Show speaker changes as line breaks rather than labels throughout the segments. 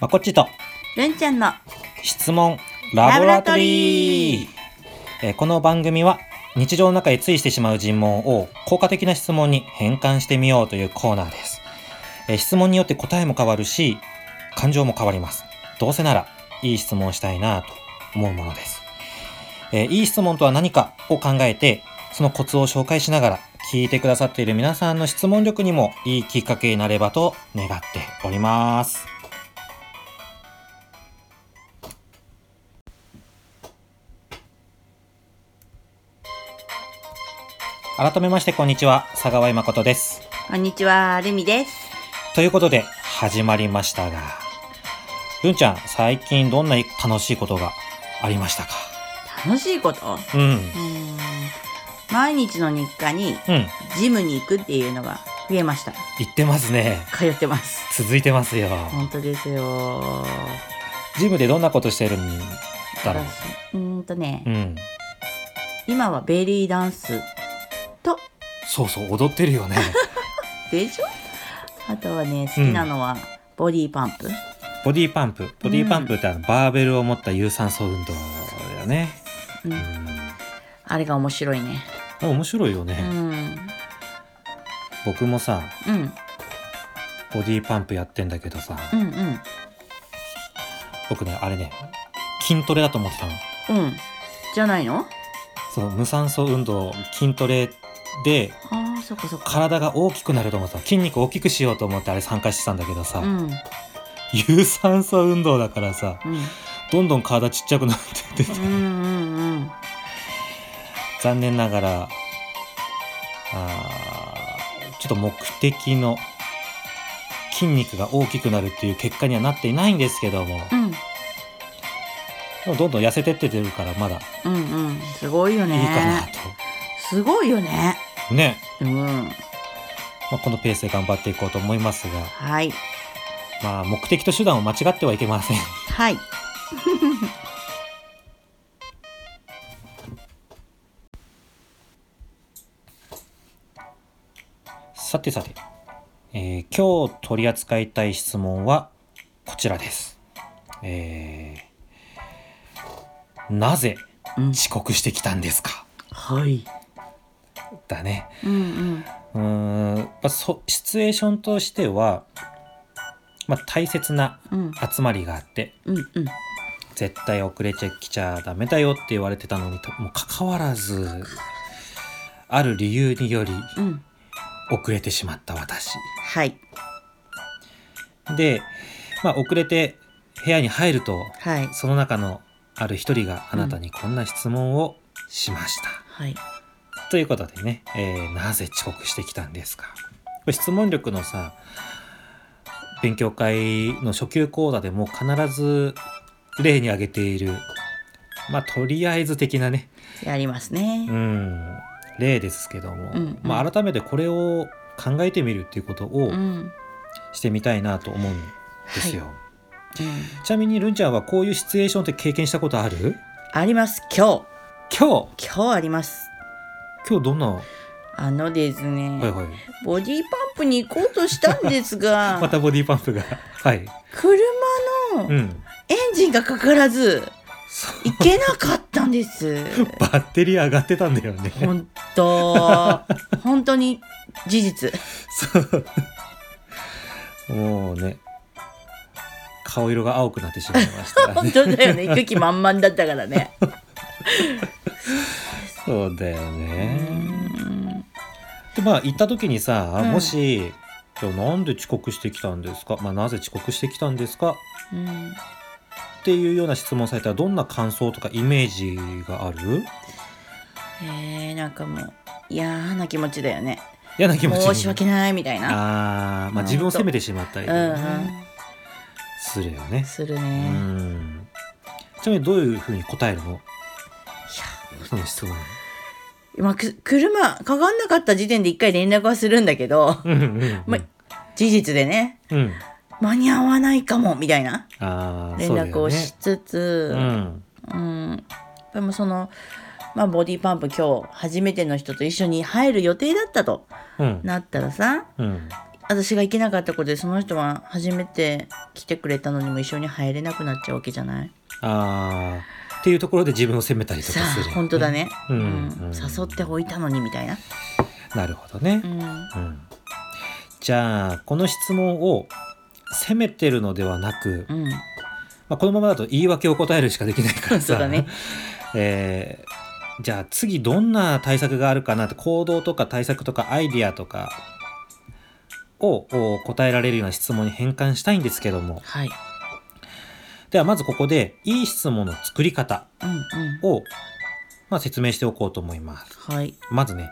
まこっちと
るんちゃんの
質問ラボラトリーえーこの番組は日常の中でついしてしまう尋問を効果的な質問に変換してみようというコーナーです、えー質問によって答えも変わるし感情も変わりますどうせならいい質問をしたいなと思うものです、えーいい質問とは何かを考えてそのコツを紹介しながら聞いてくださっている皆さんの質問力にもいいきっかけになればと願っております改めましてこんにちは佐川井誠です
こんにちはるみです
ということで始まりましたがるんちゃん最近どんな楽しいことがありましたか
楽しいこと
うん
うーん毎日の日課に
うん
ジムに行くっていうのが増えました
言ってますね
通ってます
続いてますよ
本当ですよ
ジムでどんなことしてるんだろう
私うーんとね、
うん
今はベリーダンスと
そうそう踊ってるよね
でしょあとはね好きなのはボディーパンプ、
ボディパンプボディパンプってあのバーベルを持った有酸素運動だよね
うん
う
あれが面白いね
ん面白いよ
う
ね、
ん
僕もさ
うん
ボディパンプやってんだけどさ、
うんうん
僕ねあれね筋トレだと思ってたの
うんじゃないの
そう無酸素運動筋トレで
あーそっかそっか
体が大きくなると思ってた筋肉大きくしようと思ってあれ参加してたんだけどさ、
うんうん
有酸素運動だからさどんどん体ちっちゃくなってって
うんうんうん
残念ながらあーちょっと目的の筋肉が大きくなるっていう結果にはなっていないんですけども
うん
でもどんどん痩せてってるからまだいい
うんうんすごいよね
かなと、
すごいよね
ね、
うん
まあ、このペースで頑張っていこうと思いますが、
はい
まあ、目的と手段を間違ってはいけません
はい
さてさて、えー今日取り扱いたい質問はこちらです。えーなぜ
うん
遅刻してきたんですか
はい
だね。
うん
うーん、まあ、そシチュエーションとしては、まあ、大切な
うんうん
集まりがあって
うんうん
絶対遅れちゃきちゃダメだよって言われてたのにともかかわらずある理由により
うん
遅れてしまった私。
はい
で、まあ、遅れて部屋に入ると
はい
その中のある一人があなたにこんな質問をしました。
はい
ということでね、えーなぜ遅刻してきたんですかこれ質問力のさ勉強会の初級講座でも必ず例に挙げているまあとりあえず的なね、
やります
う
ね
ん、例ですけども、
うんうん
まあ、改めてこれを考えてみるっていうことを
うん
してみたいなと思うんですよ。
うん
ちなみにるんちゃんはこういうシチュエーションって経験したことある
あります今
今日
日今日あります
今日どんな、は
あのですね、
いはい、
ボディーパンプに行こうとしたんですが、
またボディパンプがはい、
車の
う
エ
ん、
ンジンがかからず
そう
行けなかったんです
バッテリー上がってたんだよね
本当本当に事実
そうもうね顔色が青くなってしまいました
本
ね
当だよね行く気満々だったからね
そうだよ
う
ね
ん
でまあ行った時にさ、
うん
もし今日なんで遅刻してきたんですか、まあ、なぜ遅刻してきたんですか
うん
っていうような質問されたらどんな感想とかイメージがある
えー、なんかもう嫌な気持ちだよね
嫌な気持ちに
申し訳ないみたいな
あーまあ自分を責めてしまったり
う
と
ん
か
う
ねするよ
ん
ね。
する
う
ね
んちなみにどういうふうに答えるの
いや
その質問。
まあ、く車かかんなかった時点で一回連絡はするんだけど
うんうん
ま事実でね
うんうん。
間に合わないかもみたいな
ああ
連絡をしつつ
う,、ん
うんでもその、まあ、ボディパンプ今日初めての人と一緒に入る予定だったと
うん
なったらさ
うん
私が行けなかったことでその人は初めて来てくれたのにも一緒に入れなくなっちゃうわけじゃない
あーっていうところで自分を責めたりとか
さ
する、
あ本当だね、
うんうん
誘っておいたのにみたいな、
なるほどね
う、ん、
うんじゃあこの質問を責めてるのではなく、
うん
まあ、このままだと言い訳を答えるしかできないからさ
そうだね
えーじゃあ次どんな対策があるかなって行動とか対策とかアイディアとかをお答えられるような質問に変換したいんですけども
はい
ではまずここでいい質問の作り方
うんうん
を、まあ、説明しておこうと思います。
はい
まずね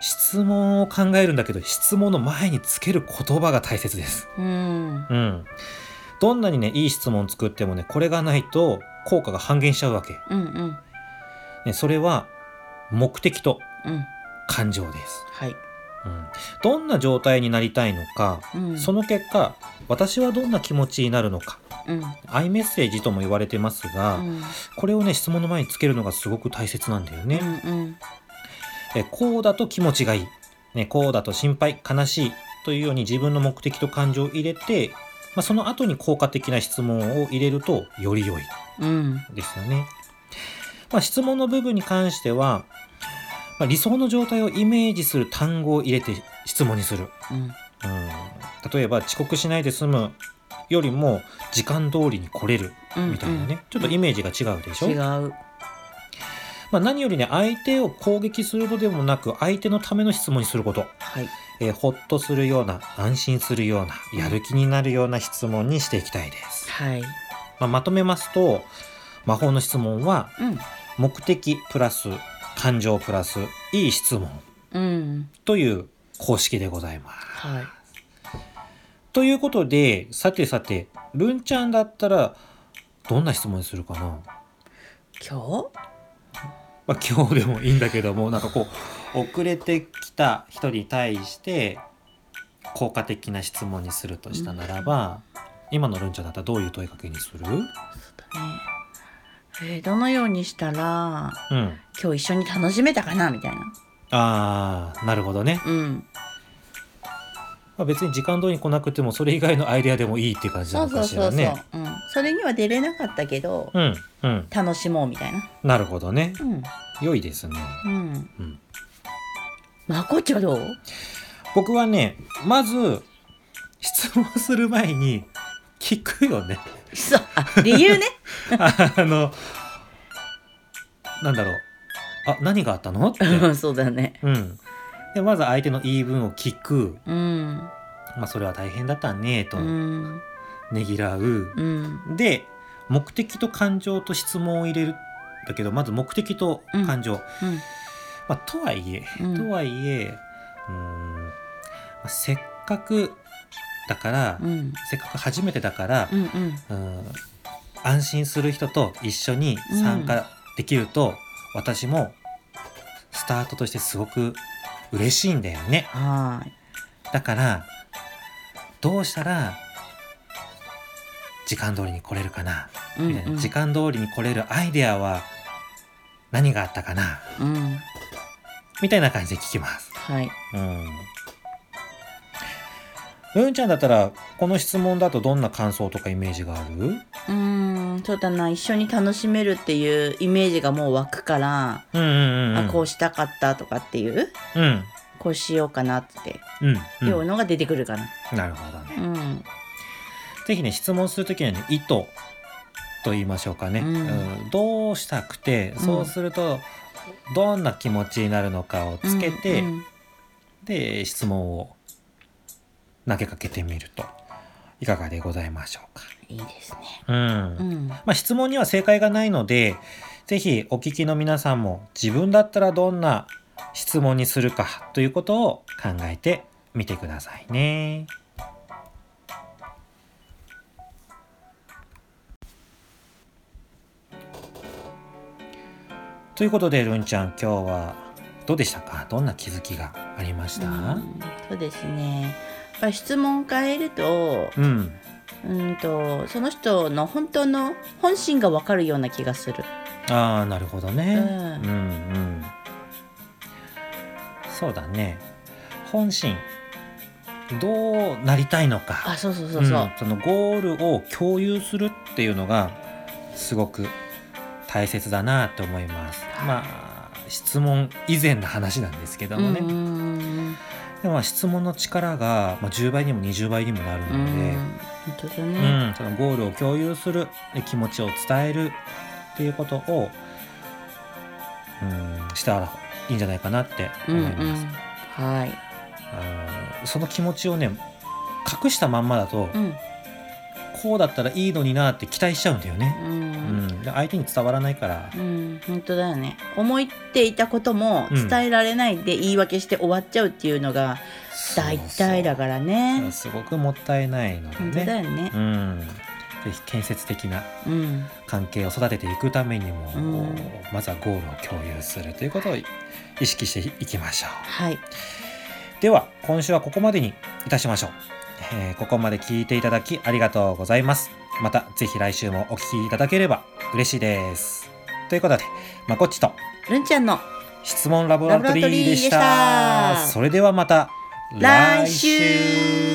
質問を考えるんだけど質問の前につける言葉が大切です。
うん
うん、どんなにねいい質問作ってもねこれがないと効果が半減しちゃうわけ。
うんうん
ね、それは目的と
うん
感情です、
はい
うん、どんな状態になりたいのか、
うん
その結果私はどんな気持ちになるのか
うん
アイメッセージとも言われてますが、
うん
これをね質問の前につけるのがすごく大切なんだよね、
うんうん
えこうだと気持ちがいい、ね、こうだと心配悲しいというように自分の目的と感情を入れて、まあ、その後に効果的な質問を入れるとより良い
うん
ですよね。まあ、質問の部分に関しては、まあ、理想の状態をイメージする単語を入れて質問にする。
うん
うん、例えば遅刻しないで済むよりも時間通りに来れる
うん
みたいなね、ちょっとイメージが違うでしょ、
違う
まあ、何よりね相手を攻撃するのでもなく相手のための質問にすること、
はい
えーほっとするような安心するようなやる気になるような質問にしていきたいです、
はい
まあ、まとめますと魔法の質問は
うん
目的プラス感情プラスいい質問
うん
という公式でございます。
はい
ということでさてさてるんちゃんだったらどんな質問にするかな、
今
まあ、今日でもいいんだけどもなんかこう遅れてきた人に対して効果的な質問にするとしたならば、今のるんちゃんだったらどういう問いかけにする、
日ねえーどのようにしたら
うん、
今日一緒に楽しめたかなみたいな
あーなるほどね、
うん
まあ、別に時間通りに来なくてもそれ以外のアイデアでもいいって感じな
そ
の
うそ
か
う
し
そ
ら
うそう、
ね。
うん、それには出れなかったけど、
うんうん
楽しもうみたいな
なるほどね。
うん
良いですね。
うん
うん、
まこっちはどう
僕はね、まず、質問する前に、聞くよね。
そうあ理由ね
あの、なんだろう。あ、何があったのって。
うんそうだね
うん。で、まず相手の言い分を聞く。
うん
まあ、それは大変だったね、と
う。ん
ねぎらう。
うん
で、目的と感情と質問を入れる。だけど、まず目的と感情。
うん
まあ、とはいえ、
うん
とはいえうーん、まあ、せっかくだから、
うん
せっかく初めてだから
う、んうん
うーん安心する人と一緒に参加できると、私もスタートとしてすごく嬉しいんだよね
はーい
だからどうしたら時間通りに来れるかな、
うん
みたいな
うん
時間通りに来れるアイデアは何があったかな
うん
みたいな感じで聞きます。
はい
うん。うんちゃんだったら、この質問だとどんな感想とかイメージがある
うんそうだな一緒に楽しめるっていうイメージがもう湧くから、
うんうんうん。
あこうしたかったとかっていう
うん。
こうしようかなって
うん、うん
ようのが出てくるかな
なるほどね。
うん
ぜひね、質問するときにはね、意図と言いましょうかね。
うん
うんどうしたくて、そうすると、どんな気持ちになるのかをつけて、
うんうん
で、質問を投げかけてみると、いかがでございましょうか。
いいですね
うん
うん
まあ、質問には正解がないので、ぜひお聞きの皆さんも自分だったらどんな質問にするかということを考えてみてくださいね。ということで、るんちゃん、今日はどうでしたかどんな気づきがありました
うんそうですねやっぱり質問を変えると
うん。
うんとその人の本当の本心がわかるような気がする
ああなるほどね、う
うん
ん、うんそうだね本心どうなりたいのか
あそうそうそうそう、
んそのゴールを共有するっていうのがすごく大切だなと思います。まあ質問以前の話なんですけどもね、
うんうんうん
でもまあ質問の力がまあ10倍にも20倍にもなる
うん
ので。
本当だね、
うん、そのゴールを共有するで気持ちを伝えるっていうことを、うん、したらいいんじゃないかなって
うん
思
う
い
ん
ます、
はい、
あのその気持ちをね隠したまんまだと、
うん
こうだったらいいのになって期待しちゃうんだよね、
う
うん
ん
で相手に伝わらないから
う、ん、本当だよね思いっていたことも伝えられないで言い訳して終わっちゃうっていうのが大体だから
ら
ね
すごくもったいないので
本当だ
ね、
よね
うん、ぜひ建設的な
うん
関係を育てていくためにも、
うん
まずはゴールを共有するということを意識していきましょう。
はい
では今週はここまでにいたしましょう、えーここまで聞いていただきありがとうございますまたぜひ来週もお聞きいただければ嬉しいですということでまこっちと
るんちゃんの
質問ラボラトリーでした
ラボラトリーでした
それではまた
来週